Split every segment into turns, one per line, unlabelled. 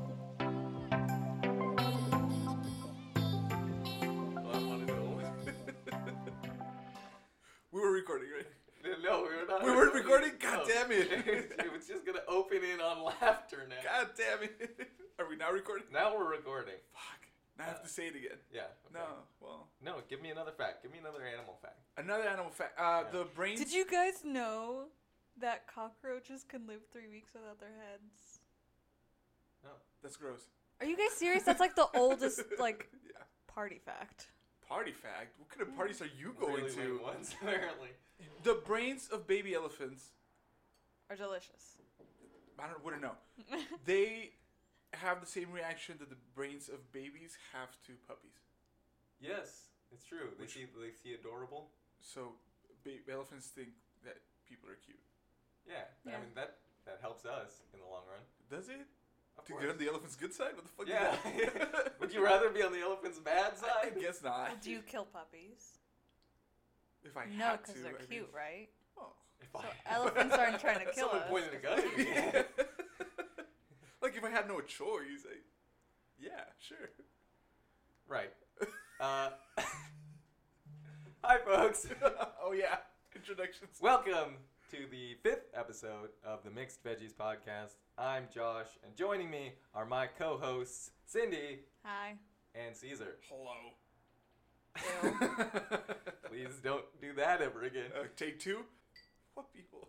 No, we were not.
We weren't recording? God
No.
damn it.
it was just gonna open in on laughter now.
God damn it. Are we now recording?
Now we're recording.
Fuck. Now I have to say it again.
Yeah. okay.
No. Well,
No, give me another fact. Give me another animal fact.
another animal fact. Uh,
Yeah.
The brain.
Did you guys know that cockroaches can live three weeks without their heads?
No.
That's gross.
Are you guys serious? That's like the oldest like
Yeah.
party fact.
Party fact. What kind of parties are you going
Really
to?
lame ones apparently.
The brains of baby elephants.
Are delicious.
I don't. Wouldn't know. they have the same reaction that the brains of babies have to puppies.
Yes, it's true. They
Which-
see they see adorable.
So, ba- elephants think that people are cute.
Yeah. I
Yeah.
mean that that helps us in the long run.
Does it?
Of
To
course.
get on the elephant's good side? What the fuck? is
yeah.
that?
Would you rather be on the elephant's bad
I
side?
guess not.
Do you kill puppies?
If I
No,
had to,
because they're
I mean-
cute, right?
Oh.
If I-
So elephants aren't trying to kill
Someone
us,
pointed a
'cause
gun at me.
like if I had no choice, I, yeah, sure.
Right. Uh, hi, folks.
oh yeah, introductions.
Welcome to the fifth episode of the Mixed Veggies Podcast. I'm Josh, and joining me are my co hosts, Cindy
Hi.
and Caesar.
Hello.
Please don't do that ever again.
Uh, take two. What people?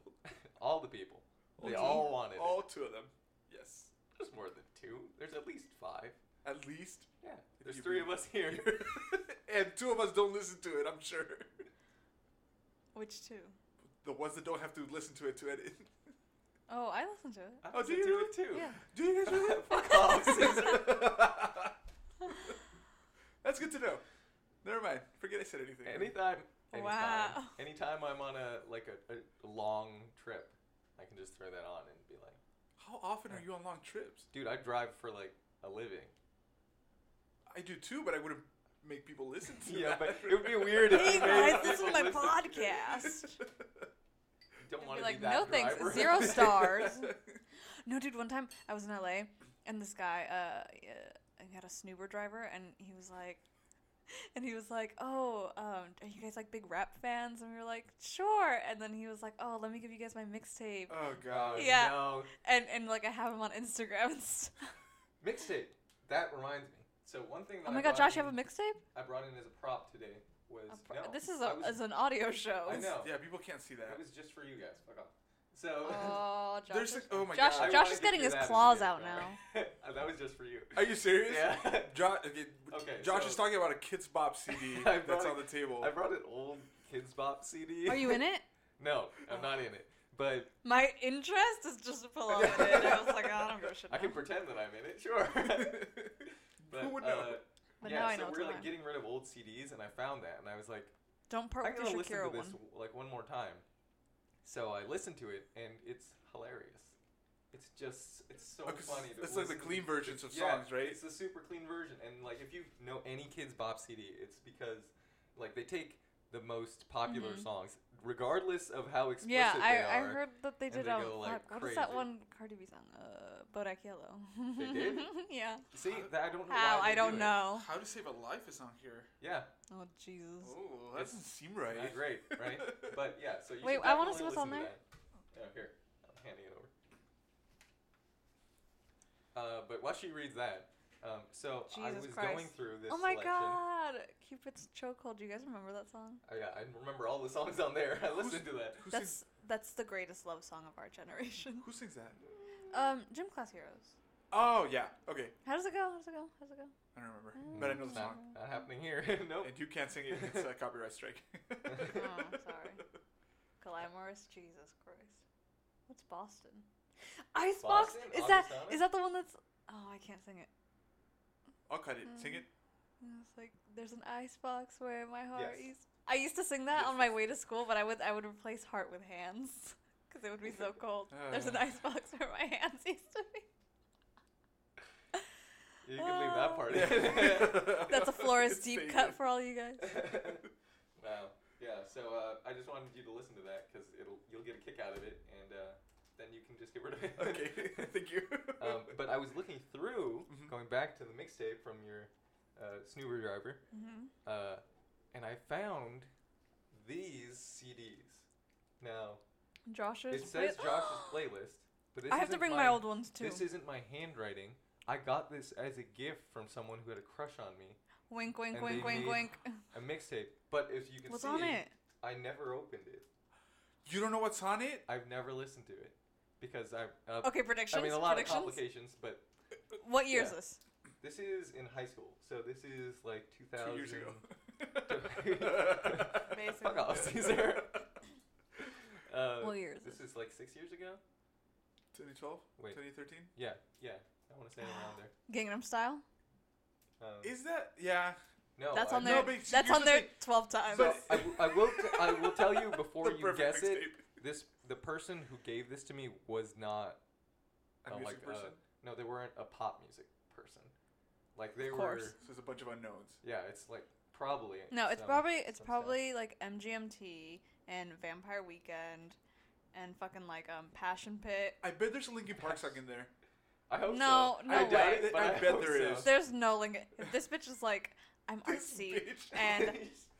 All the people. They
two.
all wanted it.
All two of them. Yes.
There's more than two. There's at least five.
At least.
Yeah. There's
You-
three of us here.
and two of us don't listen to it. I'm sure.
Which two?
The ones that don't have to listen to it to edit.
Oh, I listened to it.
I
Oh, do
listened
you
to it too.
Yeah.
Do you guys really?
Fuck off, Caesar.
That's good to know. Never mind. Forget I said anything.
Anytime, anytime,
Wow.
anytime I'm on a like a, a long trip, I can just throw that on and be like,
How often are you on long trips?
dude, I drive for like a living.
I do too, but I wouldn't make people listen to
yeah,
that.
but it would be weird if
Hey
you made
guys, this is
people
my
listen.
podcast.
You Don't
I'd
want
be
to
like,
be that
no thanks,
driver.
zero stars. No, dude, one time I was in LA and this guy, uh, uh, he had a snoober driver and he was like, and he was like, oh, um, are you guys like big rap fans? And we were like, sure. And then he was like, oh, let me give you guys my mixtape.
oh
Oh,
god.
Yeah.
No.
And, and like I have him on Instagram and stuff.
Mixtape. That reminds me. So one thing that
Oh
I
my god,
brought
Josh, you have
in-
a mixtape?
I brought in as a prop today was
A pro-
no,
This is
I
a,
was,
is an audio show.
I know.
Yeah, people can't see
It
that.
was just for you guys. Fuck off. So
Oh, Josh.
There's
is-
like, oh my
Josh-
I
god.
wanted
is
to
getting
do
his
that at the
claws
end,
out
don't worry. that was just for you.
Are you serious?
Yeah.
Josh, okay,
Okay,
Josh
so-
is talking about a Kids Bop CD
I
that's
brought
on the table.
I brought an old Kids Bop CD.
Are you in it?
No, I'm not in it. But
My interest is just plummeted. I was like, I don't give a shit.
I can
now.
pretend that I'm in it, sure. but,
Who would
Uh,
know?
But
yeah,
now I
so
know it's
we're like
mine.
getting rid of old CDs, and I found that, and I was like,
Don't part
I'm
with
gonna
your
listen to
Shakira
this
one.
like one more time. So I listened to it, and it's hilarious. It's just, it's so
Oh, 'cause
funny. to
it's like the
listen to.
clean versions of
Yeah,
songs, right?
It's the super clean version, and like if you know any Kids Bop CD, it's because like they take the most popular
Mhm.
songs, regardless of how explicit
Yeah,
they
I, I
are.
heard that they
and
did.
they
um,
go, like,
fuck, what is that
crazy.
one Cardi B song? Uh, Bodak Yellow.
They did?
yeah.
See, that, I don't know.
How?
why they
I don't
do it.
know.
How to Save a Life is on here.
Yeah,
Oh Jesus.
Oh, that
It's
doesn't seem right.
not great, right? But yeah, so you
Wait,
should
I wanna
definitely
see what's
listen to
on there.
that. Yeah, here, I'm handing it over. Uh, but while she reads that, um, so I
Jesus
was going
Christ.
through this.
Oh my
selection.
God, Cupid's chokehold. Do you guys remember that song?
Oh, yeah, I remember all the songs on there. I listened to that.
Who sings,
That's that's the greatest love song of our generation.
who sings that?
Um, gym class heroes.
Oh yeah. Okay.
How does it go? How does it go? How does it go?
I don't remember, but I know the
Mm, It's not,
song.
not happening here. nope.
And you can't sing it. It's a copyright strike.
Oh, sorry. Glamorous, Jesus Christ. What's Boston? Icebox?
Boston?
Is that
Augustana?
is that the one that's Oh, I can't sing it.
I'll cut it. Sing it.
And It's like there's an icebox where my heart
Yes.
is. I used to sing that
Yes,
on my way to school, but I would I would replace heart with hands because it would be so cold. there's an
Ah.
Uh.
icebox where my hands used to be.
You can leave that part in.
Yeah.
Oh. That's a Flores
It's
deep
taken.
cut for all you guys. Hmm.
wow. Yeah. So uh, I just wanted you to listen to that because it'll you'll get a kick out of it, and uh, then you can just get rid of it.
Okay, thank you.
um, but I was looking through,
Mm-hmm.
Mhm.
going back to the mixtape from your uh, snoober driver,
hmm
uh, and I found these CDs. No.
Josh's.
It says
play-
Josh's playlist, but this
I have to
isn't
bring my, old ones too.
This isn't my handwriting. I got this as a gift from someone who had a crush on me.
wink, wink,
and
wink,
they
wink,
need-
wink.
A mixtape. But if you can
What's
see,
on it?
I never opened it.
You don't know what's on it?
I've never listened to it because I. Uh,
Okay, predictions.
I mean, a lot of
predictions.
complications, but
what year is
Yeah.
this?
this is in high school, so this is like 2000.
Two years ago.
Fuck off, Oh, Caesar. Uh,
What year is
this
this?
is like six years ago.
2012?
Wait.
2013?
Yeah, yeah. I want to say around there.
Gangnam Style.
Um,
Is that? Yeah.
no,
That's
I-
on
no,
there.
but see,
That's
here's
on
the
there
thing.
twelve times.
So
But-
I, w- I will. T- I will tell you before
The
you
perfect
guess it.
mixtape.
This the person who gave this to me was not
A
uh,
music
like
person.
A, no, they weren't a pop music person. Like they
Of
were.
course.
so it's a bunch of unknowns.
Yeah, it's like probably.
no, it's
some-
probably it's
some stuff.
probably like MGMT and Vampire Weekend and fucking like um Passion Pit.
I bet there's a Linkin Park song in there.
I hope
No,
so.
no
I
way.
doubt it, but
I
I,
bet
hope
there
so.
is.
There's no link. This bitch is like I'm
This
artsy
bitch.
and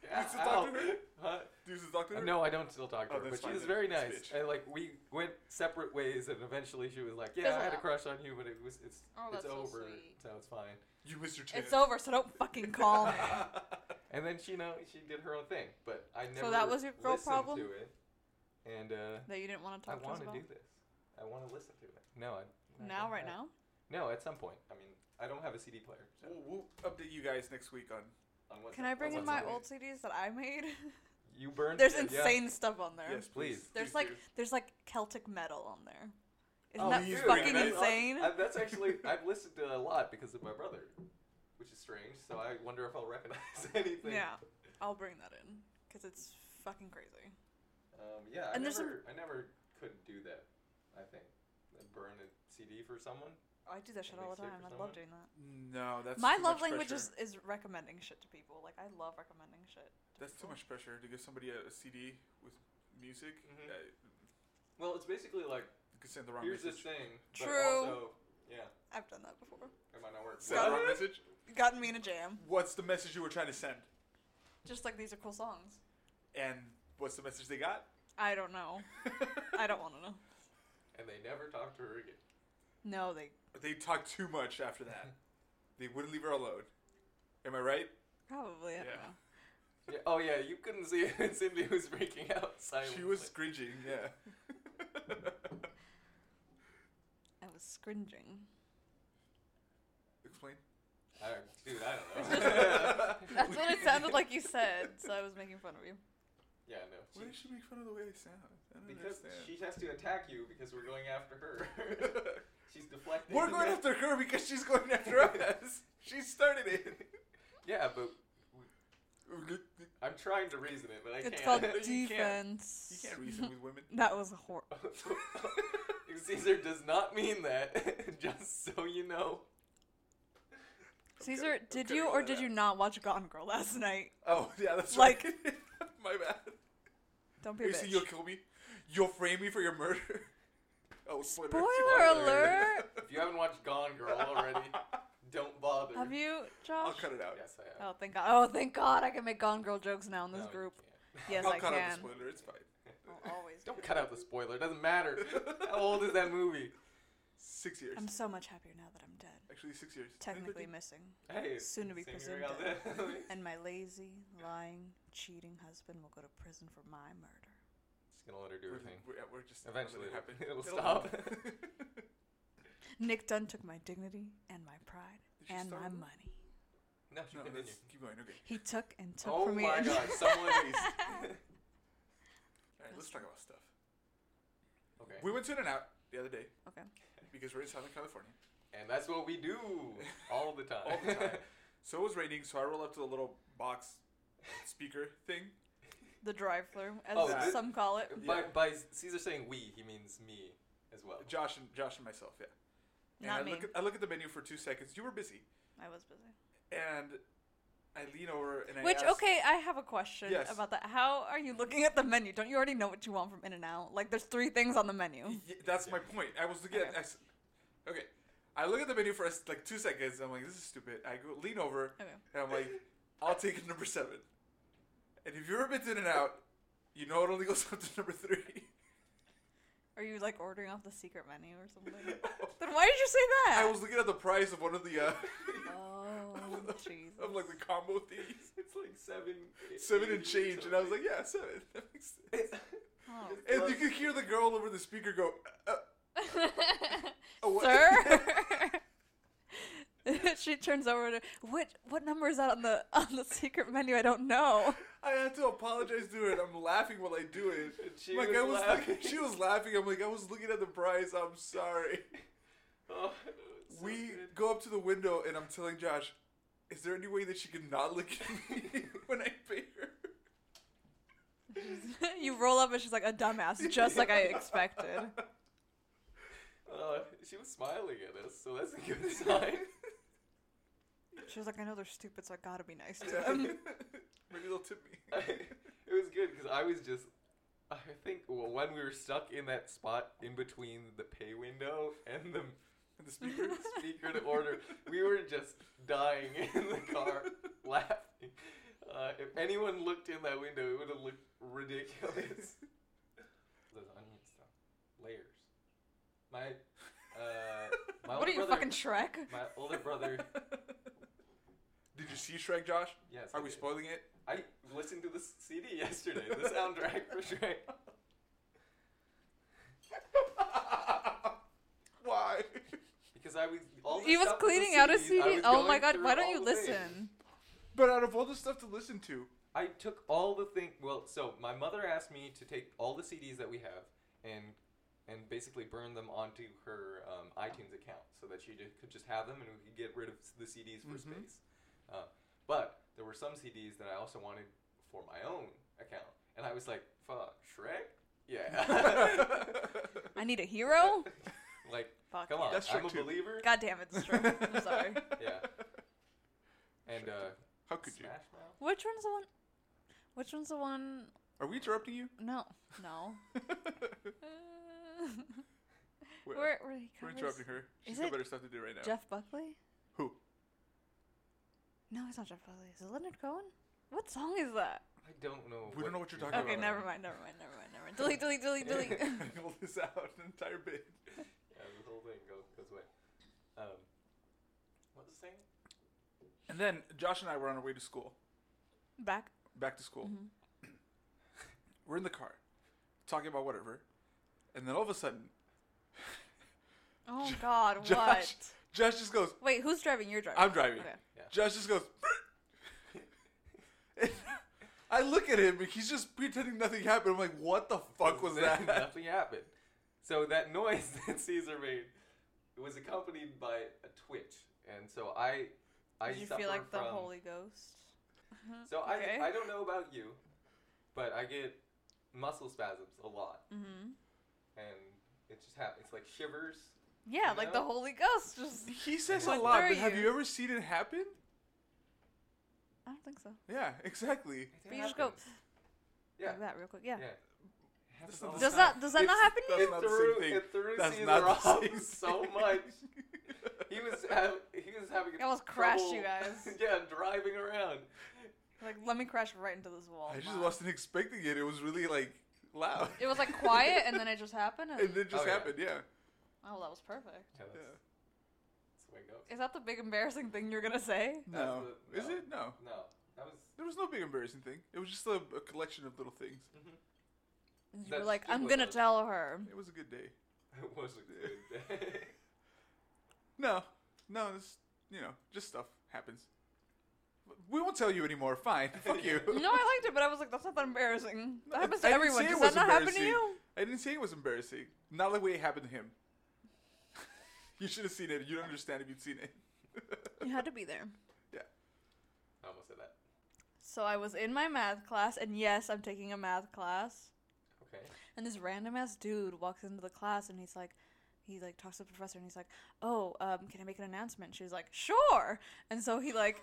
Yeah,
Is it Dr.
ow.
Who?
Huh?
This is Doctor.
No, I don't still talk to
Oh,
her, but
that's
she
fine
was
then.
very
This
nice.
bitch.
And like we went separate ways, and eventually she was like, "Yeah,
Fizzle
I had a
out.
crush on you, but it was it's
Oh,
it's
that's so
over,
sweet.
so it's fine."
You missed your chance.
it's over, so don't fucking call me.
And then she you know she did her own thing, but I never.
that was your girl
listened
problem?
To it, and uh,
that you didn't want to
I
talk to us
want to
about.
do this. I want to listen to it. No, I, I
Now,
don't
right
have-
now.
No, at some point. I mean, I don't have a CD player. So
We'll, we'll update you guys next week on.
on what's
Can
up-
I
on
bring in
what's
my
up.
old CDs that I made?
You burned.
There's
it, yeah.
insane stuff on there.
Yes, please.
Please.
There's
please
like
do.
there's like Celtic metal on there. Isn't
Oh,
that
dude,
fucking
that's-
insane?
I, that's actually I've listened to it a lot because of my brother, which is strange. So I wonder if I'll recognize anything.
Yeah. I'll bring that in because it's fucking crazy.
Um, yeah. I
And
never
there's
I never could do that. I think And burn a CD for someone.
I do that shit
Can we
all the
save
time.
for
I
someone?
love doing that.
No, that's
My
too
love
much
language
pressure.
is, is recommending shit to people. Like I love recommending shit. to
That's too
people.
much pressure to give somebody a, a CD with music.
Mhm.
Uh,
Well, it's basically like
you could send the wrong
here's this
message.
thing.
True.
But also, yeah,
I've done that before.
it might not work.
Send the
Got
wrong
it?
message.
Gotten me in a jam.
What's the message you were trying to send?
Just like these are cool songs.
And what's the message they got?
I don't know. Oh. I don't want to know.
And they never talked to her again.
No, they
They talked too much after that. they wouldn't leave her alone. Am I right?
probably. I don't
Yeah.
know.
Yeah, oh yeah, you couldn't see it. Cindy was freaking out silently.
She was scringing, yeah.
I was scringing.
Explain.
I, dude, I don't know.
That's what it sounded like you said, so I was making fun of you.
yeah, no.
Why did she make fun of the way I sound? I don't
Because
understand.
she has to attack you because we're going after her. She's deflecting.
We're going after her because she's going after us. She started it.
Yeah, but I'm trying to reason it, but I
It's
can't.
called
You can't- You
defense.
can't reason with women.
That was horrible.
Caesar does not mean that. Just so you know.
Caesar,
I'm
did
cutting
you
all
or
that
did
out.
you not watch Gone Girl last night?
Oh yeah, that's
Like-
right. my bad.
Don't be a
You
bitch.
see, you'll kill me. You'll frame me for your murder. Oh, spoiler!
Spoiler
Spoiler.
alert!
If you haven't watched Gone Girl already, don't bother.
Have you, Josh?
I'll cut it out.
Yes, I have.
Oh, thank God. Oh, thank God I can make Gone Girl jokes now in
No,
this
you
group.
can't.
Yes,
I'll
I
cut
can.
out the spoiler. It's fine.
I'll always do
Don't cut out the spoiler. It doesn't matter. How old is that movie?
Six years.
it. I'm so much happier now that I'm dead.
Actually, six years.
Technically missing.
Hey.
Soon to be
same
presumed
year I got
dead.
that.
And my lazy, lying, cheating husband will go to prison for my murder.
Just gonna let her do
We're,
her thing.
we're, we're just
Eventually,
let it happen.
it'll
happen.
stop.
Nick Dunn took my dignity and my pride
Did she
and
start
my
with-
money.
No, she
no,
continue.
let's keep going. Okay.
He took and took
Oh
from me.
my
and-
god, someone is.
All right, let's talk about stuff.
okay.
We went to In and Out the other day
okay.
because we're in Southern California.
And that's what we do all the time.
All the time. So it was raining, so I rolled up to the little box speaker thing.
The drive through, as
Oh,
that-
some call it.
by,
Yeah.
by Caesar saying we, he means me as well.
Josh and Josh and myself, yeah. And
Not
I
me.
look at I look at the menu for two seconds. You were busy,
I was busy.
and I lean over and I
Which
ask-
okay, I have a question
Yes.
about that. How are you looking at the menu? Don't you already know what you want from In and Out? Like, there's three things on the menu.
Y- that's my point. I was looking at.
Okay.
I s- okay, I look at the menu for a s- like two seconds. I'm like, this is stupid. I go lean over
Okay.
and I'm like, I'll take number seven. And if you've ever been to In and Out, You know it only goes up to number three.
Are you like ordering off the secret menu or something? then why did you say that?
I was looking at the price of one of the uh,
Oh, Jesus.
of like the combo things,
It's like seven.
seven and
eighty or
change, and I was like,
something.
yeah, seven. That makes sense.
Oh.
And you could hear the girl over the speaker go, uh, uh, oh, what?
Sir. she turns over to what? What number is that on the on the secret menu? I don't know.
I had to apologize to her, and I'm laughing while I do it.
And she
like
was
I was,
laughing.
she was laughing. I'm like, I was looking at the price. I'm sorry.
Oh, it's so
we
good.
go up to the window, and I'm telling Josh, is there any way that she can not look at me when I pay her?
you roll up and she's like a dumbass, just like I expected.
Uh, she was smiling at us, so that's a good sign.
She was like, I know they're stupid, so I gotta be nice to
Yeah.
them.
Maybe they'll tip me.
it was good because I was just. I think well, when we were stuck in that spot in between the pay window and the
And the speaker.
speaker to order, we were just dying in the car laughing. Uh, if anyone looked in that window, it would have looked ridiculous. Those onion stuff, layers. My, uh, my
what
older
are you
brother,
fucking Shrek?
my older brother.
Did you see Shrek, Josh?
Yes.
Are
I
we
did.
spoiling it?
I listened to this CD yesterday, the soundtrack for Shrek.
Why?
Because I was all the
He was
stuff on the
cleaning out a
CDs, I
CD.
was
Oh
going
my god,
through
why don't
all
you
the things.
listen?
But out of all the stuff to listen to,
I took all the thing. Well, so my mother asked me to take all the CDs that we have and and basically burn them onto her um, iTunes account so that she ju- could just have them and we could get rid of the CDs for
Mhm.
Mm-hmm.
space. Uh, but there were some CDs that I also wanted for my own account, and I was like, "Fuck, Shrek." Yeah.
I need a hero?
like,
Fuck.
come on,
That's
I'm
Shrek
a
too.
believer.
God damn it, it's Shrek. I'm sorry.
Yeah. And uh,
How could you?
Smash Mouth.
Which one's the one? Which one's the one?
Are we interrupting you?
No, no. Uh,
We're,
where, where he
we're
covers-
interrupting her. She's
is
got
it
better stuff to do right now.
Jeff Buckley?
Who?
No, it's not Jeff Buckley. Is it Leonard Cohen? What song is that?
I don't know.
We don't know what you're talking
Okay,
about.
never mind, never mind, never mind, never mind. Delete, delete, delete, delete.
Roll this out an entire bit.
Yeah, the whole thing goes, goes away. Um, what was the thing?
And then Josh and I were on our way to school,
Back.
back to school.
Mhm.
We're in the car, talking about whatever, and then all of a sudden,
Oh God,
Josh.
what?
Josh just goes,
Wait, who's driving? You're driving.
"I'm driving."
Okay.
Josh just goes. And I look at him and he's just pretending nothing happened. I'm like, "What the fuck was
Then
that?"
Nothing happened. So that noise that Caesar made was accompanied by a twitch, and so I, I
Did you
suffer
feel like the
from.
Holy Ghost?
So
Okay.
I, I don't know about you, but I get muscle spasms a lot,
Mm-hmm.
and it just happens. It's like shivers.
Yeah, like the
No.
Holy Ghost. Just.
He says a
What
lot,
are
but have
you?
you ever seen it happen?
I don't think so.
Yeah, exactly.
It
But you just go
happens. Yeah.
like that real quick. Yeah.
Yeah. It happens
That's not
all
the
the
Does
time.
that does that not
It's-
happen to
that's
you?
it
not the same
threw,
thing.
It threw
That's
Caesar
not the
off
same
so
thing.
much. He was ha- he was having
I almost crashed you guys.
yeah, driving around.
Like, let me crash right into this wall.
I just
Wow.
wasn't expecting it. It was really like loud.
It was like quiet, and then it just happened. And,
and it just
Oh, yeah.
happened. Yeah.
oh, that was perfect.
Yeah, that's,
yeah.
that's the way it goes.
Is that the big embarrassing thing you're gonna say?
That's
No.
the-
Is
no.
it? No.
No, that was.
There was no big embarrassing thing. It was just a, a collection of little things.
You were
That's
like,
true,
I'm
it
gonna
was.
tell her.
Mm-hmm.
It was a good day.
It was a good day.
No. No. It's you know just stuff happens. We won't tell you anymore. Fine. Fuck you.
No, I liked it, but I was like, that's not that embarrassing. That
I-
happens
I
to
didn't
everyone.
say it
Does
was
that not happen to
embarrassing.
you?
I didn't say it was embarrassing. Not like way it happened to him. you should have seen it. You don't understand if you'd seen it.
You had to be there.
I almost said that.
So I was in my math class, and yes, I'm taking a math class.
Okay.
And this random ass dude walks into the class, and he's like, he like talks to the professor, and he's like, "Oh, um, can I make an announcement?" She's like, "Sure." And so he like,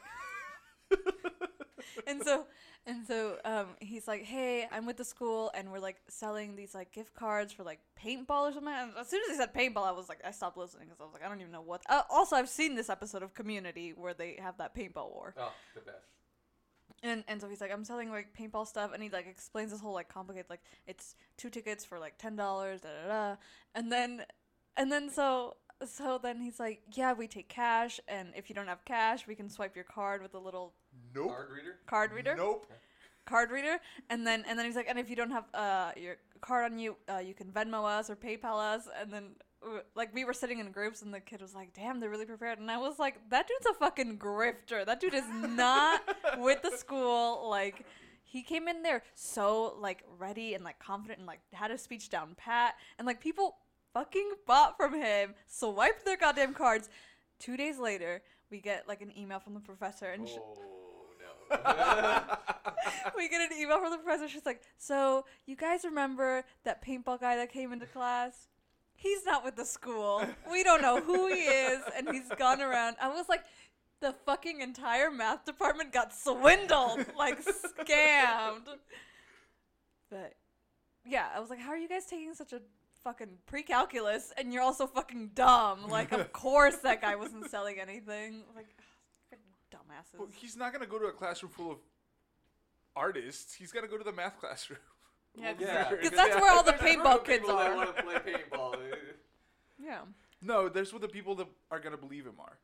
and so and so um, he's like, "Hey, I'm with the school, and we're like selling these like gift cards for like paintball or something." And as soon as he said paintball, I was like, I stopped listening because I was like, I don't even know what. Uh, also, I've seen this episode of Community where they have that paintball war.
Oh, the best.
And and so he's like, I'm selling like paintball stuff, and he like explains this whole like complicated like it's two tickets for like ten dollars, da da da, and then and then so so then he's like, yeah, we take cash, and if you don't have cash, we can swipe your card with a little
Nope.
Card reader?
card reader,
Nope.
card reader, and then and then he's like, and if you don't have uh your card on you, uh, you can Venmo us or PayPal us, and then. uh, Like we were sitting in groups, and the kid was like, "Damn, they're really prepared." And I was like, "That dude's a fucking grifter. That dude is not with the school like he came in there so like ready and like confident and like had his speech down pat and like people fucking bought from him swiped their goddamn cards two days later we get like an email from the professor and sh-
Oh no.
we get an email from the professor she's like so you guys remember that paintball guy that came into class he's not with the school we don't know who he is and he's gone around i was like the fucking entire math department got swindled, like scammed. But yeah, I was like, how are you guys taking such a fucking pre-calculus and you're also fucking dumb? Like, of course that guy wasn't selling anything. Like, freaking dumbasses.
Well, he's not gonna go to a classroom full of artists. He's gotta go to the math classroom.
yeah, because
Yeah.
that's where all the
There's a room
paintball
of
kids
people that
are.
want to play paintball.
Yeah.
No, there's what the people that are gonna believe him are.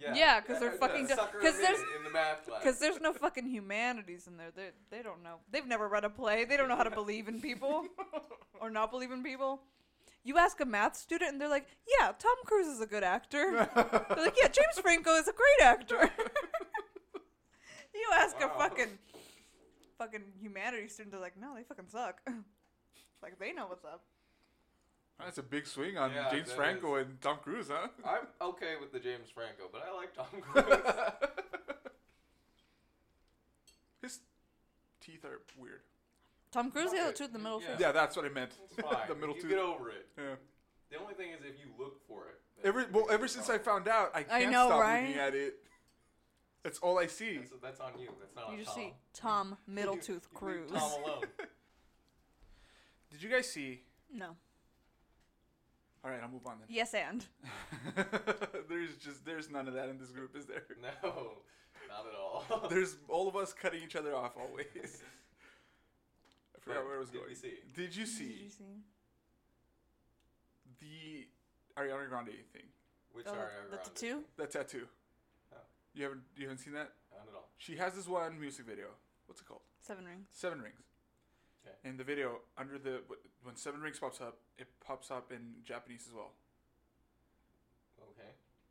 Yeah.
Yeah, 'cause they're
Yeah,
fucking dumb.
sucker
'Cause
them
there's-
in, in the math class.
Because there's no fucking humanities in there. They they don't know. They've never read a play. They don't know how to believe in people or not believe in people. You ask a math student, and they're like, "Yeah, Tom Cruise is a good actor." they're like, "Yeah, James Franco is a great actor." you ask
Wow.
a fucking fucking humanities student, they're like, "No, they fucking suck." like they know what's up.
That's a big swing on
Yeah,
James
that
Franco and Tom Cruise, huh?
I'm okay with the James Franco, but I like Tom Cruise.
His teeth are weird.
Tom Cruise has a
Okay,
tooth in the middle
yeah.
finger.
Yeah, that's what I meant.
It's fine.
the middle
you
tooth.
get over it.
yeah.
The only thing is if you look for it. then
Ever
you
well,
can
ever
get
since I
something.
found out, I can't
know,
stop
right?
looking at it. That's all I see.
That's, that's on you. That's not on
You just
Tom.
see Tom Middle
You-
Tooth
you leave
Cruise.
Tom alone.
Did you guys see?
No.
All right, I'll move on then.
Yes, and
there's just there's none of that in this group, is there?
No, not at all.
There's all of us cutting each other off always. I forgot
But
where I was
did we
going.
see?
Did you
Did you
see
see?
the Ariana Grande thing?
Which
Oh,
are
the
around it.
tattoo?
That tattoo.
Oh.
You haven't you haven't seen that?
Not at all.
She has this one music video. What's it called?
Seven rings.
Seven Rings.
Okay.
In the video, under the wh- when Seven Rings pops up, it pops up in Japanese as well.
Okay.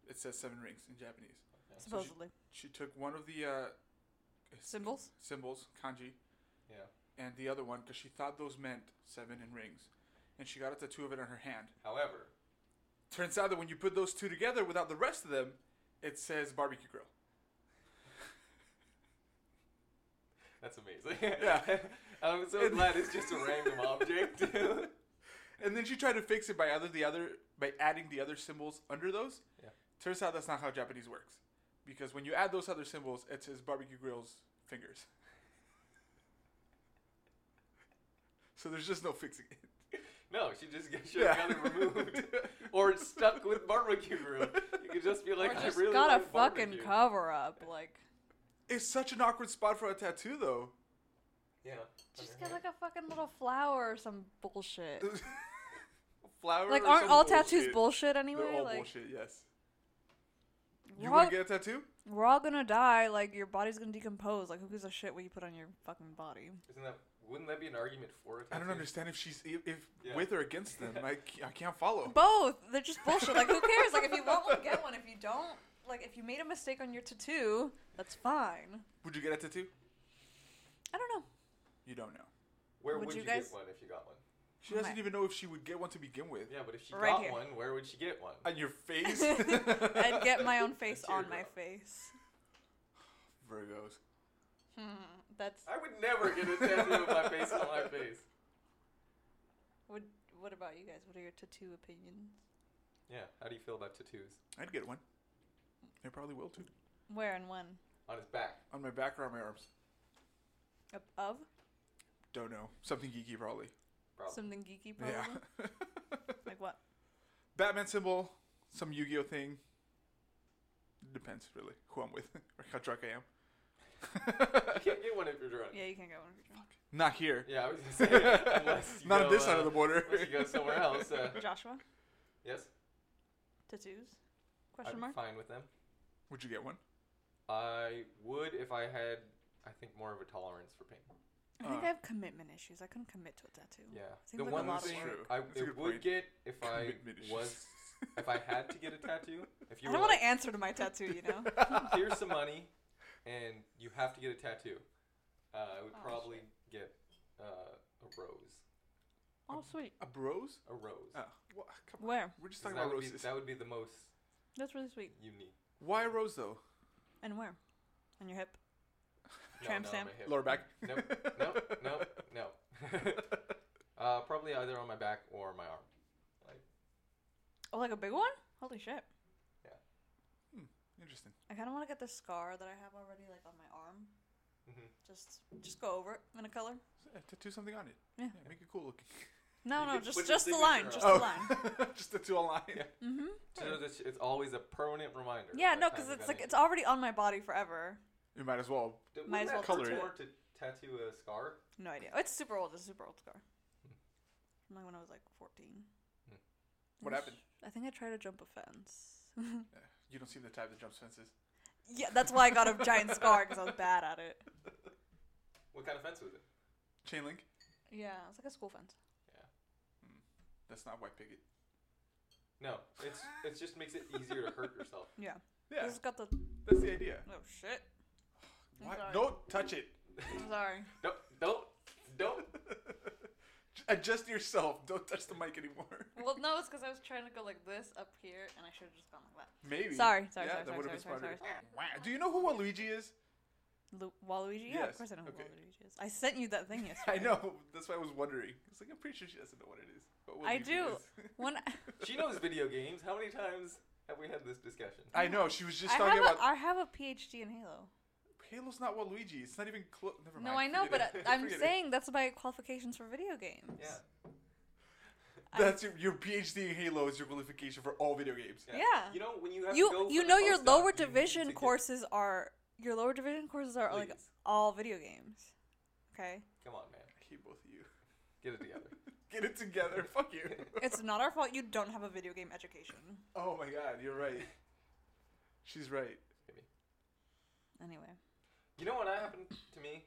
It says Seven Rings in Japanese.
Yeah.
Supposedly.
She took one of the uh,
Symbols?
symbols, kanji,
Yeah.
and the other one because she thought those meant seven and rings, and she got a tattoo of it on her hand.
However,
Turns out that when you put those two together without the rest of them, it says barbecue grill.
that's amazing.
Yeah.
I'm so
And-
glad it's just a random object.
And then she tried to fix it by other the other by adding the other symbols under those.
Yeah.
Turns out that's not how Japanese works, because when you add those other symbols, it says barbecue grill's fingers. so there's just no fixing it.
no, she just should have got it removed. or it's stuck with barbecue grill. You could just be like,
or just
I really
got
like
a fucking
barbecue.
cover up. Like,
It's such an awkward spot for a tattoo, though.
Yeah.
just
under
get
here.
like a fucking little flower or some bullshit.
Flower.
like,
or
aren't
some
all tattoos
bullshit.
bullshit anyway?
They're all
like,
bullshit. Yes. You
We're, all,
want to get a tattoo?
we're all gonna die. Like, your body's gonna decompose. Like, who gives a shit what you put on your fucking body?
Isn't that? Wouldn't that be an argument for it?
I don't understand if she's if, if
Yeah.
with or against them. I, c- I can't follow.
Both. They're just bullshit. Like, who cares? Like, if you want one, get one. If you don't, like, if you made a mistake on your tattoo, that's fine.
Would you get a tattoo?
I don't know.
You don't know.
Where would,
Would
you,
you guys-
get one if you got one?
She doesn't
Right.
even know if she would get one to begin with.
Yeah, but if she
Right
got
here.
one, where would she get one?
On your face,
I'd get my own face
A
on my
teardrop.
face.
Virgos.
Hmm. That's.
I would never get a tattoo of my face on my face.
Would, what about you guys? What are your tattoo opinions?
Yeah. How do you feel about tattoos
I'd get one. I probably will too.
Where and when?
on his back?
On my back or on my arms?
Up of?
Don't know. Something geeky probably.
Probably.
Something geeky, probably.
Yeah.
Like what?
Batman symbol. Some Yu-Gi-Oh thing. Depends really who I'm with or how drunk I am.
You can't get one if you're drunk.
Yeah, you can't get one if you're drunk.
Not here.
Yeah, I was gonna say unless you
Not
go,
on this side
uh,
of the border.
unless you go somewhere else. Uh,
Joshua,
yes,
tattoos?
I'm
Question mark.
fine with them.
Would you get one?
I would if I had, I think, more of a tolerance for pain.
I think
Uh.
I have commitment issues. I couldn't commit to a tattoo.
Yeah,
Seems
the
like a
one
lot of
thing
work.
I
That's a
it
good
would
point.
get if I
Commitment issues.
was if I had to get a tattoo. If you
I
were
don't want
like,
to answer to my tattoo, you know?
here's some money, and you have to get a tattoo, uh, I would
Oh,
probably get uh, a rose.
oh, sweet.
A bros?
A rose.
Oh, wha- come on.
Where?
We're just
'Cause
talking
that
about
would be-
roses.
that would be the most
That's really sweet.
unique.
Why a rose though?
And where? On your hip?
No,
Tramp
not on
stamp.
my hip.
Lower back.
Nope, nope, nope, no. uh, probably either on my back or my arm. Like,
Oh, like a big one? Holy shit.
Interesting.
I kind of want to get the scar that I have already, like, on my arm.
mhm.
Mm-hmm.
Just just go over it in a color.
So, yeah, uh, tattoo something on it.
Yeah.
make it cool looking.
No,
You
no,
could
just
put your
just the
signature
line.
on
Just
it.
the line.
Oh. just tattoo a line.
Yeah.
Mm-hmm.
So it's, it's always a permanent reminder.
Yeah,
by
no,
the
because
time
it's
you've
like,
had
it's already on my body forever.
You might as well.
it. Wouldn't
might as
that
well
cost
color it.
more to tattoo a scar?
No idea. It's super old. It's a super old scar. From like when I was like 14.
Hmm.
What
I
happened?
s- I think I tried to jump a fence.
You don't seem the type that jumps fences.
yeah, that's why I got a giant scar because I was bad at it.
What kind of fence was it?
Chain link.
Yeah, it's like a school fence.
That's not white picket.
No, it's it just makes it easier to hurt yourself.
Yeah.
Yeah,
It's got the.
that's the idea.
Oh shit. I'm
Why?
sorry.
Don't touch it.
I'm sorry.
Don't don't don't.
Adjust uh, yourself. Don't touch the mic anymore.
Well, no, it's because I was trying to go like this up here and I should have just gone like that.
Maybe.
Sorry, sorry,
yeah, that
sorry, sorry,
would
sorry,
have
sorry,
been
sorry,
smarter. Wow. Do you know who Waluigi is?
Lu- Waluigi? Yeah,
Yes,
of course I know who
okay.
Waluigi is. I sent you that thing
I
yesterday.
know. That's why I was wondering. It's like I'm pretty sure she doesn't know what it is. But
I
Waluigi
do.
is.
When I,
She knows video games. How many times have we had this discussion?
I know. She was just
I have
talking about
a, I have a PhD in Halo.
Halo's not Waluigi. It's not even close. Never mind.
No, I know, but
Forget
I-
it.
I'm
Forget it.
saying that's my qualifications for video games.
Yeah.
I-
that's your, your PhD in Halo is your qualification for all video games.
Yeah.
You know when you have to
you
go
you
for
know
the
your
postdoc,
lower
you need to
division
get-
courses are your lower division courses are like
Please.
all video games. Okay,
Come on, man.
I hate both of you.
Get it together.
Get it together. Fuck you.
it's not our fault you don't have a video game education.
oh my god, you're right. She's right.
Anyway,
You know what happened to me?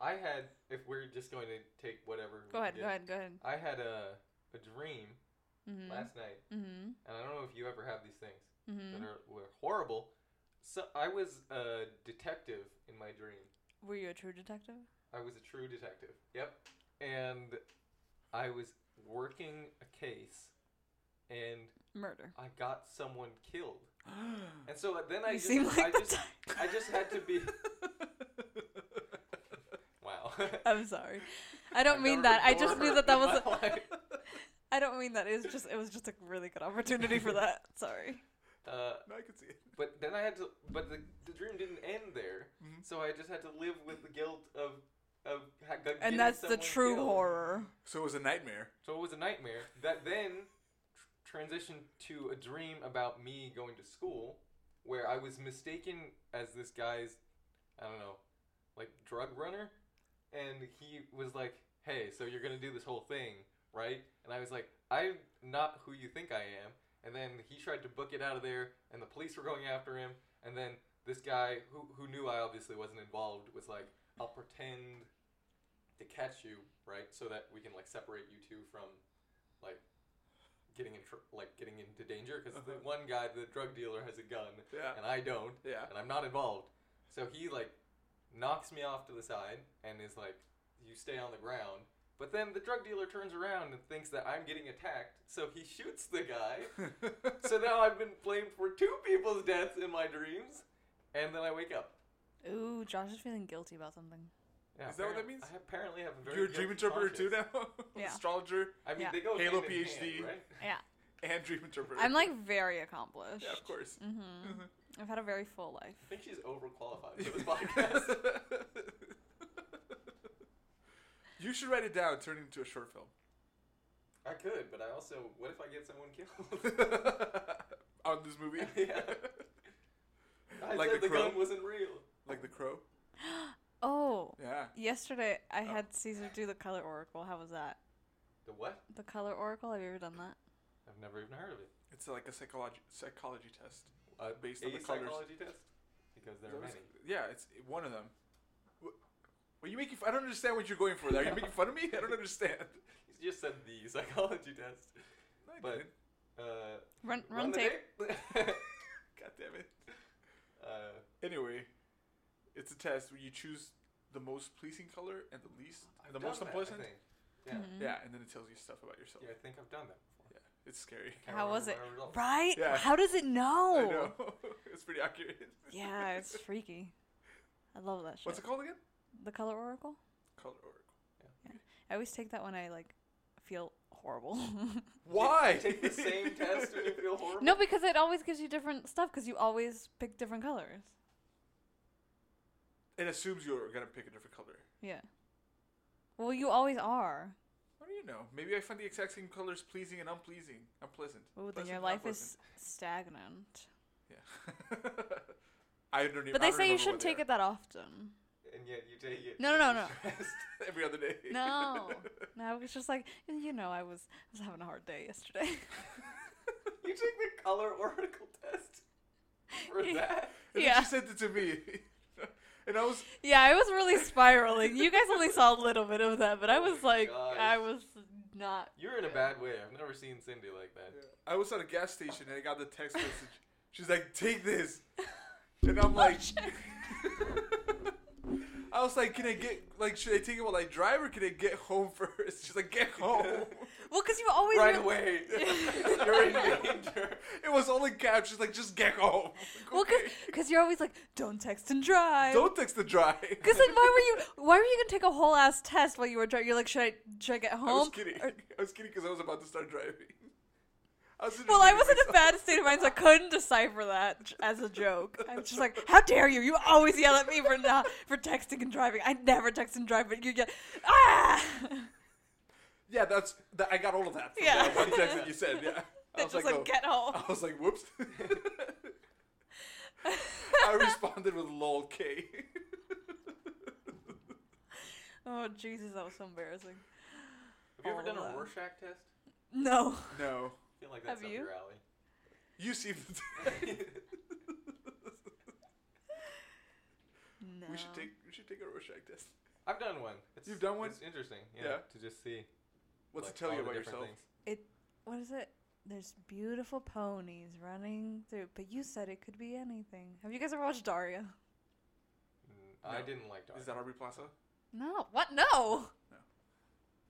I had, if we're just going to take whatever. we
go ahead,
did,
go ahead, go ahead.
I had a, a dream
Mm-hmm.
last night,
Mm-hmm.
and I don't know if you ever have these things
Mm-hmm.
that are were horrible. So I was a detective in my dream.
Were you a true detective?
I was a true detective. Yep. And I was working a case, and
Murder.
I got someone killed. And so then I
you
just,
seem
I
like the
just,
type.
I just had to be. Wow.
I'm sorry. I don't
I've
mean
never
that. I
been
just
more
knew that that
in
was.
my
A,
life.
I don't mean that. It's just it was just a really good opportunity for that. Sorry.
Uh,
Now I can see it.
but then I had to. But the, the dream didn't end there,
Mm-hmm.
Mhm.
so I just had to live with the guilt of of ha- g- getting
And that's the
someone
true
killed.
horror.
So it was a nightmare.
So it was a nightmare that then tr- transitioned to a dream about me going to school, where I was mistaken as this guy's, I don't know, like drug runner, and he was like, "Hey, so you're gonna do this whole thing, right?" And I was like, "I'm not who you think I am." And then he tried to book it out of there, and the police were going after him. And then this guy, who who knew I obviously wasn't involved, was like, "I'll pretend to catch you, right? So that we can like separate you two from like getting in tr- like getting into danger because
Uh-huh.
the one guy, the drug dealer, has a gun
Yeah.
and I don't,
Yeah.
and I'm not involved. So he like knocks me off to the side and is like, "You stay on the ground." But then the drug dealer turns around and thinks that I'm getting attacked, so he shoots the guy. so now I've been blamed for two people's deaths in my dreams, and then I wake up.
Ooh, Josh is feeling guilty about something.
Yeah,
Is that what that
apparent-
means?
I apparently have a very
You're a dream
guilty
interpreter too
conscience.
now?
Yeah.
Astrologer
I mean,
Yeah.
they go
Halo
hand in hand,
PhD.
right?
Yeah,
and dream interpreter.
I'm like very accomplished.
Yeah, of course.
hmm I've had a very full life.
I think she's overqualified for this podcast.
you should write it down, turn it into a short film.
I could, but I also, what if I get someone killed?
on this movie.
Yeah. I
Like
said
The
the,
Crow?
gun wasn't real.
Like the crow.
Oh,
Yeah.
yesterday I
Oh.
had Caesar do the color oracle. How was that?
The what?
The color oracle. Have you ever done that?
I've never even heard of it.
It's like a psychology psychology test.
Uh,
Based
a
on the colours.
psychology test? Because there
That
are
was-
many.
Yeah, it's one of them. Wh- Well, you making? f- I don't understand what you're going for there. Are you making fun of me? I don't understand.
You just said the psychology test.
No, I
But-
didn't.
Uh,
Run,
run
run,
the
tape.
tape?
God damn it.
uh,
Anyway, it's a test where you choose the most pleasing color and the least,
I've
the
done
most
that, I
unpleasant.
think. Yeah.
Mhm.
Yeah, and then it tells you stuff about yourself.
Yeah, I think I've done that before.
It's scary.
Can't
How was
remember my results.
Right?
Yeah.
How does it know?
I know. it's pretty accurate.
Yeah, it's freaky. I love that shit.
What's it called again?
The color oracle.
Color Oracle.
I always take that when I like feel horrible.
Why?
Take the same test when you feel horrible?
no, because it always gives you different stuff because you always pick different colors.
It assumes you're gonna pick a different color.
Yeah. Well, you always are.
How do you know? Maybe I find the exact same colors pleasing and unpleasing, unpleasant.
Well, then
Pleasant
your
and
life
unpleasant.
is stagnant.
Yeah. I don't. e-
But
I don't
they say you
remember what
shouldn't
they
take
are.
it that often.
And yet you take it.
No, no,
when
no,
you're stressed.
every other day.
No, no, it's just like you know, I was I was having a hard day yesterday.
you take the color oracle test for
Yeah.
that.
And then
Yeah.
she sent it to me, and I was
yeah, I was really spiraling. You guys only saw a little bit of that, but I
Oh
was
my
like,
gosh.
I was not.
You're in a
Yeah.
bad way. I've never seen Cindy like that.
I was at a gas station and I got the text message. She's like, "Take this," and
Oh,
I'm like, I was like, "Can I get like should I take it while I drive or can I get home first? She's like, "Get home."
Well, because you always
Right
re-
away.
You're
You're in danger.
It was all in caps. She's like, "Just get home." I'm
Well,
like,
because
"Okay."
cause you're always like, don't text and drive.
don't text the drive.
Because then why were you why were you gonna take a whole ass test while you were driving? You're like, should I should I get home?
I was kidding.
Or-
I was kidding because I was about to start driving. I was
well, I was in
introducing
a bad state of mind, so I couldn't decipher that j- as a joke. I'm just like, how dare you? You always yell at me for not for texting and driving. I never text and drive, but you get ah.
Yeah, that's that. I got all of that. From
Yeah.
that one text that you said. Yeah, I
They're
was
just like,
like, oh.
get home.
I was like, whoops. I responded with lol k.
Oh Jesus, that was so embarrassing.
Have you ever
All
done
that.
a Rorschach test?
No,
No,
I feel like that's
Have
up
you?
your alley.
you see, the
no.
we should take we should take a Rorschach test.
I've done one. It's,
You've done one?
It's interesting. Yeah.
Yeah.
To just see.
What's
like,
it tell
all
you
the
about
different
yourself?
things.
What is it? There's beautiful ponies running through, but you said it could be anything. Have you guys ever watched Daria?
Mm, I
No.
didn't like Dark.
Is that Aubrey Plaza?
No. What? No.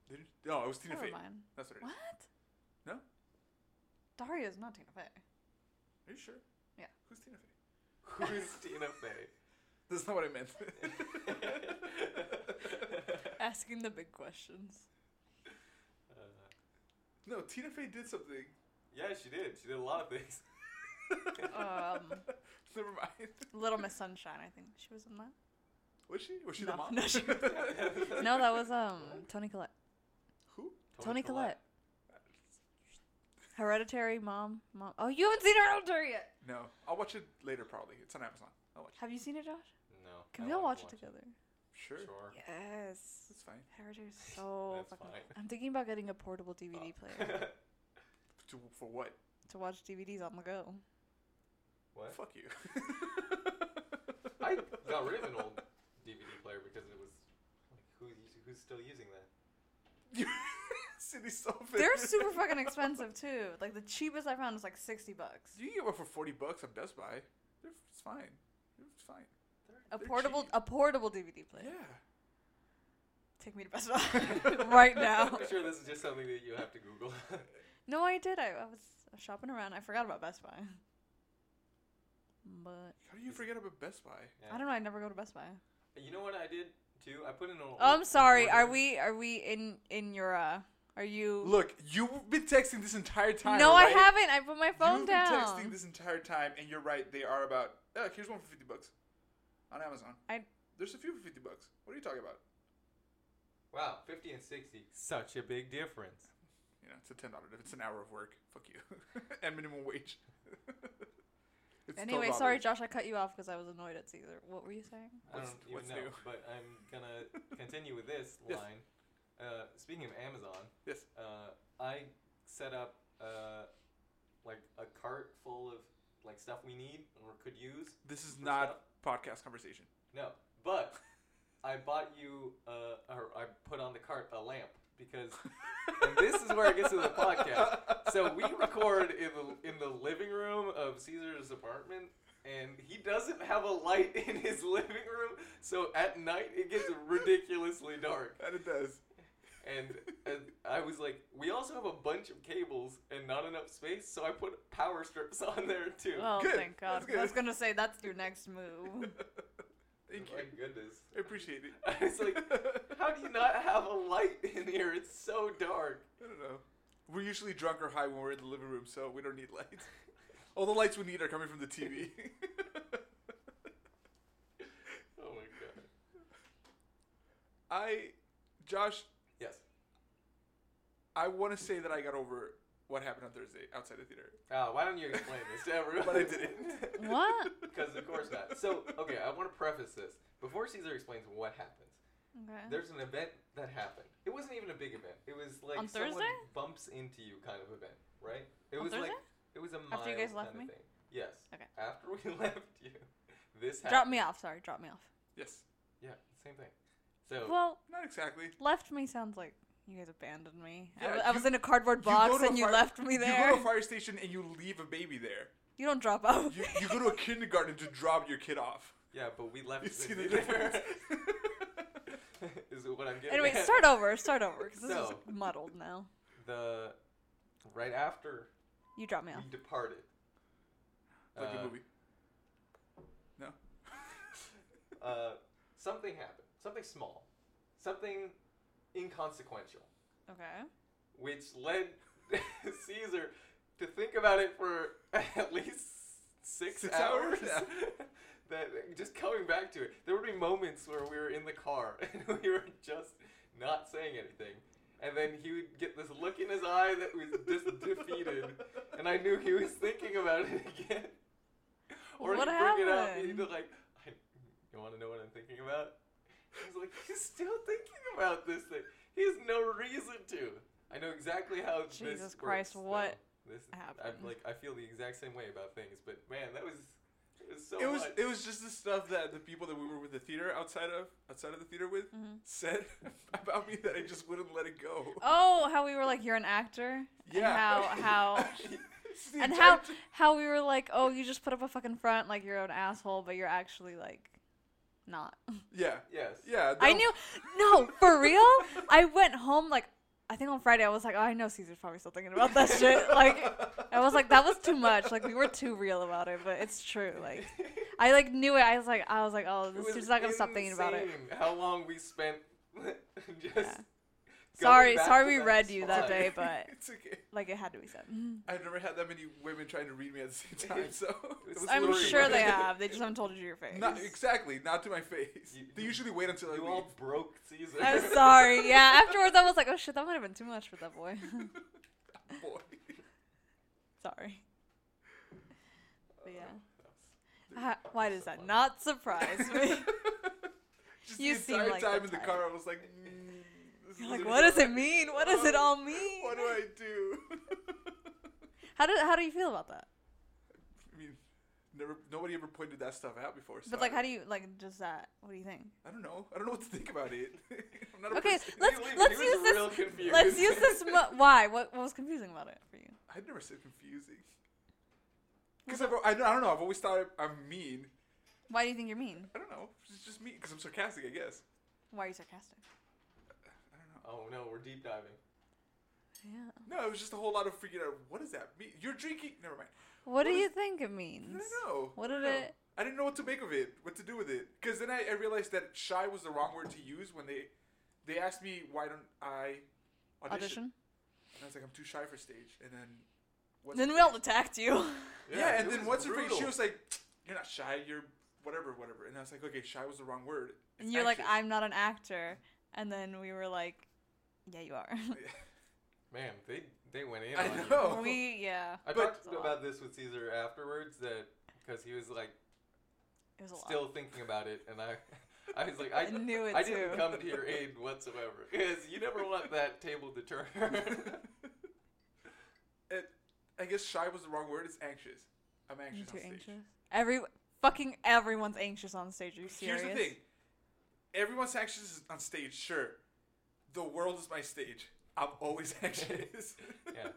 Did you? No, it was Tina
Never
Fey.
mind.
That's what it is.
What?
No?
Daria's not Tina Fey.
Are you sure?
Yeah.
Who's Tina Fey?
Who's Tina Fey?
That's not what I meant.
Asking the big questions.
Uh,
no, Tina Fey did something.
yeah, she did. She did a lot of things.
Um,
Never mind.
Little Miss Sunshine, I think she was in that.
Was she? Was she
No,
the mom?
no, she No, that was um Tony Collette.
Who?
Tony Collette. Hereditary mom, mom. Oh, you haven't seen Hereditary yet.
No, I'll watch it later. Probably it's on Amazon. I'll watch.
Have you seen it, Josh?
No.
Can
I
we all
don't
watch it
watch
together?
It. Sure,
Sure.
Yes.
it's fine.
Hereditary's so
That's
fucking.
fine.
I'm thinking about getting a portable DVD player
To, for what?
to watch DVDs on the go.
what?
Fuck you.
I got rid of an old DVD player because it was like, who, who's still using that?
You- Cindy Sullivan.
They're super fucking expensive too. Like the cheapest I found was like sixty bucks.
You can get one for forty bucks at Best Buy. They're, it's fine. They're- It's fine.
A
They're
portable,
cheap.
a portable DVD player.
Yeah.
Take me to Best Buy right now.
I'm sure this is just something that you have to Google.
No, I did. I, I was shopping around. I forgot about Best Buy. But
How do you forget about Best Buy?
I don't know. I never go to Best Buy.
You know what I did too? I put in an. or-
Oh, I'm
an
sorry. Are
order.
we? Are we in in your? uh Are you?
Look, you've been texting this entire time.
no, I
alright?
haven't. I put my phone
You've
down.
been texting this entire time, and you're right. They are about. Oh, here's one for fifty bucks on Amazon.
I-
There's a few for fifty bucks. What are you talking about?
Wow, 50 and 60. Such a big difference.
You know, it's a ten dollar. It's an hour of work. Fuck you. and minimum wage. it's It's still
anyway, sorry,
bothers-
Josh, I cut you off because I was annoyed at Caesar. What were you saying?
I don't
What's-
even
what's
know,
new?
but I'm gonna continue with this
Yes.
line. Uh, speaking of Amazon,
Yes.
uh, I set up uh, like a cart full of like stuff we need or could use.
This is
for
not
stuff.
podcast conversation.
no, but I bought you uh, or I put on the cart a lamp because and this is where it gets to the podcast. so we record in the in the living room of Caesar's apartment, and he doesn't have a light in his living room. So at night it gets ridiculously dark.
And it does.
And, and I was like, we also have a bunch of cables and not enough space, so I put power strips on there too.
Oh,
Good.
thank God.
That's good.
I was going to say, that's your next move.
Thank
My
you.
goodness.
I appreciate it.
I was like, how do you not have a light in here? It's so dark.
I don't know. We're usually drunk or high when we're in the living room, so we don't need lights. All the lights we need are coming from the TV.
Oh my god.
I, Josh,
Yes.
I want to say that I got over what happened on Thursday outside the theater,
Uh, why don't you explain this to everyone?
but I didn't.
what?
Because of course not. So okay, I want to preface this before Caesar explains what happens.
Okay.
There's an event that happened. It wasn't even a big event. It was like
On
someone
Thursday?
bumps into you kind of event, right? It
On
was like
Thursday?
it was a
After you guys
mild
left
kind
me?
of thing. Yes.
Okay.
After we left you, this happened.
Drop me off. Sorry, drop me off.
yes.
Yeah, same thing. So
Well,
Not exactly.
left me sounds like you guys abandoned me. I
Yeah,
wa- I,
you-
was in a cardboard
you go
box
to a
and you
fire-
left me
You
there.
go
You,
to a fire station and you leave a baby there.
don't drop off.
You, you go to a kindergarten to drop your kid off.
yeah, but we left.
You
with
see the
you
difference?
there. is what I'm getting.
anyway,
at.
start over. Start over because this
So-
is muddled now.
the right after
You drop me off.
we departed.
like
uh,
a movie. No?
uh, something happened. Something small. Something inconsequential.
Okay.
Which led Caesar to think about it for at least six,
Six
hours.
hours? Yeah.
that just coming back to it, there would be moments where we were in the car and we were just not saying anything. And then he would get this look in his eye that was just defeated. And I knew he was thinking about it again. Or
What
he'd bring it up and he'd
happened?
be like, I, you want to know what I'm thinking about? He's like, he's still thinking about this thing. He has no reason to. I know exactly how this
Jesus Christ,
works,
what
though. this
happened?
I'm like, I feel the exact same way about things, but man, that was, it was so
it was
much.
it was just the stuff that the people that we were with the theater outside of outside of the theater with
Mhm.
said about me that I just wouldn't let it go.
Oh, how we were like, you're an actor.
Yeah.
And how how
It's the
and
entire
how
t-
how we were like, oh, you just put up a fucking front like you're an asshole, but you're actually like not.
yeah
yes.
yeah
I
no,
knew. No, for real. I went home like I think on Friday. I was like, oh, I know Caesar's probably still thinking about that shit. Like I was like, that was too much. Like we were too real about it, but it's true. Like I like knew it. I was like, I was like, oh,
It
this
was
dude's not gonna stop thinking about it.
insane How long we spent just.
Yeah.
going
Sorry,
back
sorry
to
we
that
read you that
spot.
day, but
it's okay.
like it had to be said. Mm-hmm.
I've never had that many women trying to read me at the same time, so it was
I'm
literally
sure
one.
they have. They just haven't told you to your face.
Not exactly, not to my face.
You-
they
you-
usually wait until I
You
leave.
all broke Caesar.
I'm sorry. Yeah. Afterwards, I was like, oh shit, that might have been too much for that boy.
Boy,
sorry. But yeah.
Uh,
Ha- why does
so
that
funny.
not surprise me?
just
You
the
seem
entire
like the
time in the
type.
car, I was like, mm, this
You're like,
isn't
what does
right.
it mean? What does it all mean?
Uh, What do I do?
How do how do you feel about that?
I mean, never. Nobody ever pointed that stuff out before. So
But like, how do you like just that? What do you think?
I don't know. I don't know what to think about it. I'm not a
Okay,
person-
let's
He was-
let's
he was
use this.
real confused.
Let's use this. Mo- why? What what was confusing about it for you?
I'd never said confusing. Because I've, al- I don't I don't know. I've always thought I'm mean.
Why do you think you're mean?
I don't know. It's just me because I'm sarcastic, I guess.
Why are you sarcastic?
I don't know.
Oh no, we're deep diving.
Yeah.
No, it was just a whole lot of freaking out. What does that mean? You're drinking. Never mind.
What, do
What
you
is-
think it
I
means?
don't know.
What
I don't
did
know.
it?
I didn't know what to make of it, what to do with it. Because then I, I realized that shy was the wrong word to use when they they asked me why don't I audition.
Audition.
And I was like, I'm too shy for stage. And then what's
Then
her
we all
face-
attacked you.
yeah, and
it
then
was
once her face, she
brutal.
was like, you're not shy. You're whatever, whatever. And I was like, okay, shy was the wrong word.
and you're like,
Anxious.
I'm not an actor. And then we were like, Yeah, you are.
Man, they they went in.
I
on you.
know.
we yeah.
I
But-
talked about this with Caesar afterwards that because he was like
It was a lot.
still thinking about it, and I, I was like, I,
I knew it
I didn't
too.
come to your aid whatsoever because you never want that table to turn.
it, I guess shy was the wrong word. It's anxious. I'm anxious.
You
on
too
stage.
anxious. Every fucking everyone's anxious on stage. Are you serious?
Here's the thing. Everyone's anxious on stage, sure. The world is my stage. I'm always anxious.
yeah,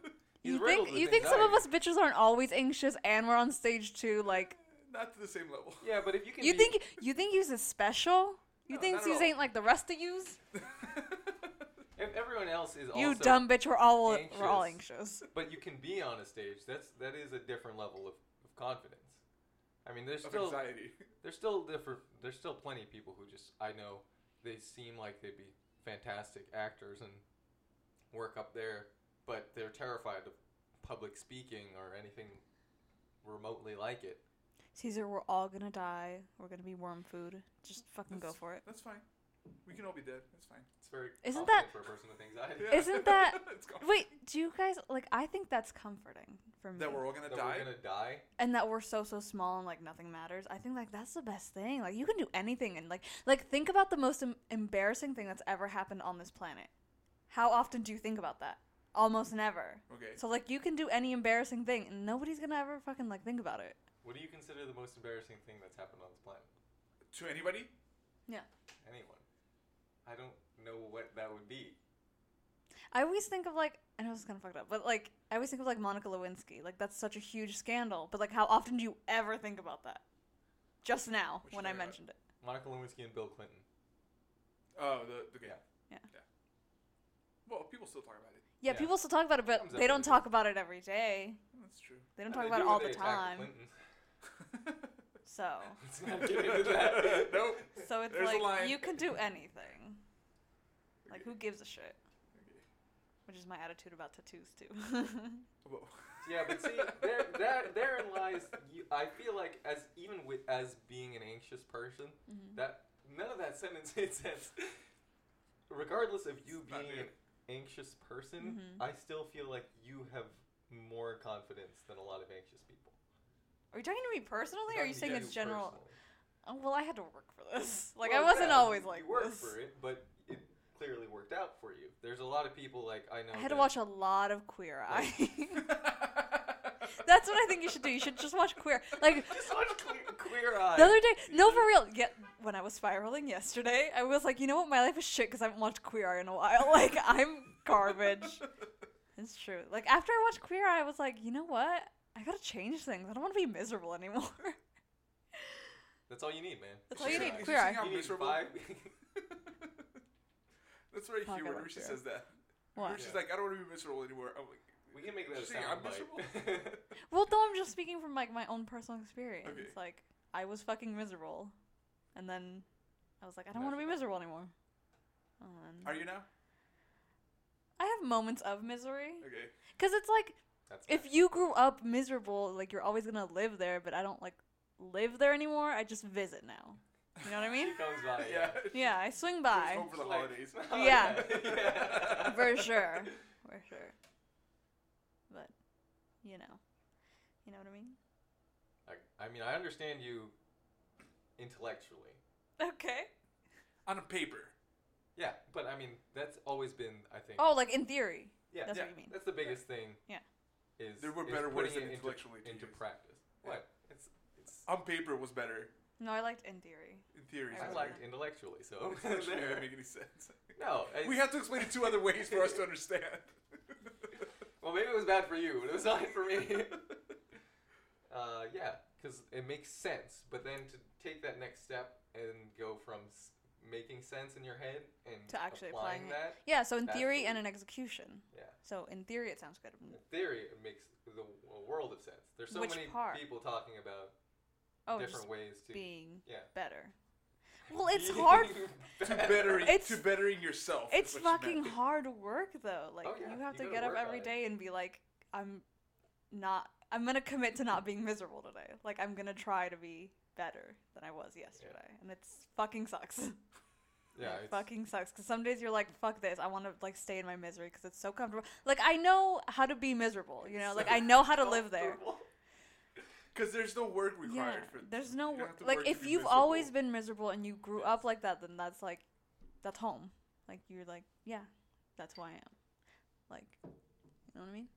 You
riddled
think
with
you think some of us
anxiety.
bitches aren't always anxious and we're on stage too? Like
Not to the same level.
Yeah, but if you can,
you
be-
think you think yous is special? You
No, not
think
at
yous
all.
ain't like the rest of yous?
if everyone else is
you
also-
dumb bitch. We're all we're all
anxious.
anxious.
but you can be on a stage. That's that is a different level of, of confidence. I mean, there's
of
still
anxiety.
there's still different. There's still plenty of people who just I know they seem like they'd be fantastic actors and work up there, but they're terrified of public speaking or anything remotely like it.
Caesar, we're all gonna die. We're gonna be worm food. Just fucking go
That's-
for it.
That's fine. We can all be dead. That's fine.
It's very
Isn't
confident
that-
for a person with anxiety.
Yeah.
Isn't that-
It's gone.
Wait, do you guys like? I think that's comforting for me.
that we're all gonna
That
die?
we're gonna die.
and that we're so so small and like nothing matters i think like that's the best thing like you can do anything and like like think about the most em- embarrassing thing that's ever happened on this planet how often do you think about that almost never
Okay.
so like you can do any embarrassing thing and nobody's gonna ever fucking like think about it
What do you consider the most embarrassing thing that's happened on this planet?
to anybody?
Anyone? I don't know what that would be.
i always think of like i know this is kind of fucked up but like i always think of like monica lewinsky like that's such a huge scandal but like how often do you ever think about that just now
What you
when i
talking about?
mentioned it
Monica Lewinsky and Bill Clinton.
Oh, the, the yeah.
Yeah.
Yeah.
Well, people still talk about it.
yeah,
Yeah.
people still talk about it but
Comes up
they don't
every day.
talk about it every day
That's true.
they don't
Yeah,
talk
they
about
do
it
when
all
they
the
attack
time
Clintons.
so
Let's not get into that.
Nope.
So it's
There's a line.
like you can do anything. Like who gives a shit?
Okay.
Which is my attitude about tattoos too.
Whoa.
Yeah, but see, there, there, therein lies. You, I feel like as even with as being an anxious person,
Mm-hmm.
that none of that sentence made sense. Regardless of you
It's not
being an
there.
anxious person,
Mhm.
I still feel like you have more confidence than a lot of anxious people.
Are you talking to me personally, or are you
Not
saying
you
it's general?
personally.
Oh, well, I had to work for this. Like I
Well,
wasn't
yeah,
always
you
like
worked
this.
for it, but it clearly worked out for you. There's a lot of people like I know.
I had to
that-
watch a lot of Queer Eye.
Like-
That's what I think you should do. You should just watch Queer. Like
Just watch Queer, Queer Eye.
the other day, no, for real. Yeah, when I was spiraling yesterday, I was like, you know what, my life is shit because I haven't watched Queer Eye in a while. Like I'm garbage. It's true. Like after I watched Queer Eye, I was like, you know what? I gotta change things. I don't want to be miserable anymore.
That's all you need, man.
That's all you
Sure.
need.
It's
Queer
just
Eye.
how
You need
miserable-
five-
That's very
Fuck, I
cute. Whenever
love
she
Sarah.
says that,
What?
whenever she's like, I don't want to be miserable anymore. I'm like,
We can make that a
She's saying, "I'm
sound bite.
Well, no, I'm just speaking from like my own personal experience.
Okay.
Like I was fucking miserable, and then I was like, I don't
Now
want to
she's
be
not.
miserable anymore. And
Are you now?
I have moments of misery
Okay.
because it's like
That's
if you grew up miserable, like you're always gonna live there. But I don't like live there anymore. I just visit now. You know what I mean?
she comes by,
Yeah.
yeah.
yeah, I swing
She
by
was home for the
Like-
holidays.
Yeah.
Yeah.
for sure, for sure. But you know, you know what I mean.
I, I mean, I understand you intellectually.
Okay.
On a paper.
Yeah, but I mean, that's always been, I think.
Oh, like in theory.
yeah,
That's
yeah,
what you mean.
That's the biggest thing.
Yeah.
Is
There were
is
better words
putting
than
it
intellectually to
into, into
use.
practice.
Yeah.
What? It's it's.
On paper was better.
No, I liked in theory.
In theory,
I
I
it's
like-
liked intellectually, so
better. It actually
there.
doesn't make any sense.
No, it's,
We have to explain it two other ways for us to understand.
Well, maybe it was bad for you, but it was not for me. uh, yeah, because it makes sense. But then to take that next step and go from s- making sense in your head and
To actually
applying,
applying it.
that,
Yeah, so in
That's
theory
the-
and in execution.
Yeah.
So in theory, it sounds good.
in theory, it makes the a world of sense. There's so
Which
many
part?
people talking about
Oh,
different
just
ways to
being
yeah.
better. Well, it's hard.
to bettering,
It's-
to bettering yourself. is
It's
what she meant.
fucking hard work, though. Like
Oh, yeah,
you have
you
to
gotta
get up
work
every
on it.
day and be like, I'm not. I'm gonna commit to not being miserable today. Like I'm gonna try to be better than I was yesterday, and it's fucking sucks.
yeah,
It
it's,
fucking sucks because some days you're like, fuck this. I want to like stay in my misery because it's so comfortable. Like I know how to be miserable, you know. Like I know how to live there.
comfortable.
Because there's no work required
yeah,
for.
there's
you
no
don't
wor-
have to
like
work to
if
be
you've
miserable.
always been miserable and you grew
Yes.
up like that, then that's like, that's home. Like you're like, yeah, that's who I am. Like, you know what I mean?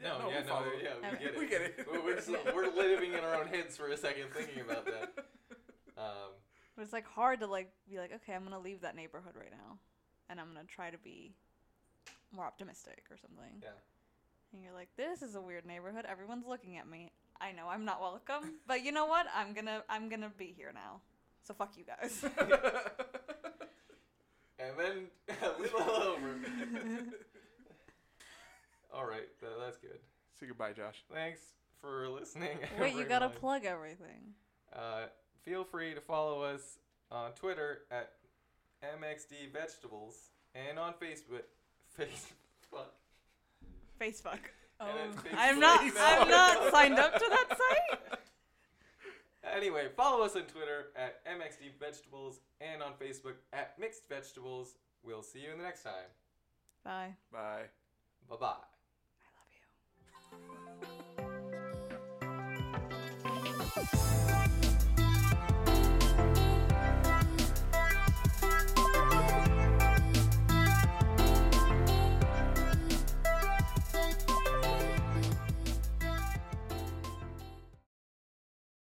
Yeah,
no,
no,
yeah,
we
no,
follow.
yeah, we
Okay.
get it.
We get it.
We're, we're, just, we're living in our own heads for a second thinking about that. Um,
But it's like hard to like be like, okay, I'm gonna leave that neighborhood right now, and I'm gonna try to be more optimistic or something.
Yeah.
And you're like, this is a weird neighborhood. Everyone's looking at me. I know I'm not welcome, but you know what? I'm gonna I'm gonna be here now. So fuck you guys.
and then a little over. All right, tha- that's good.
Say goodbye, Josh.
Thanks for listening.
Wait, you gotta
everyone.
plug everything.
Uh, feel free to follow us on Twitter at MXD Vegetables and on Facebook. Facebook.
Facebook. Oh,
And it's
I'm
Facebook
not.
now.
I'm not signed up to that site.
Anyway, follow us on Twitter at MXD Vegetables and on Facebook at Mixed Vegetables. We'll see you in the next time.
Bye.
Bye.
Bye bye.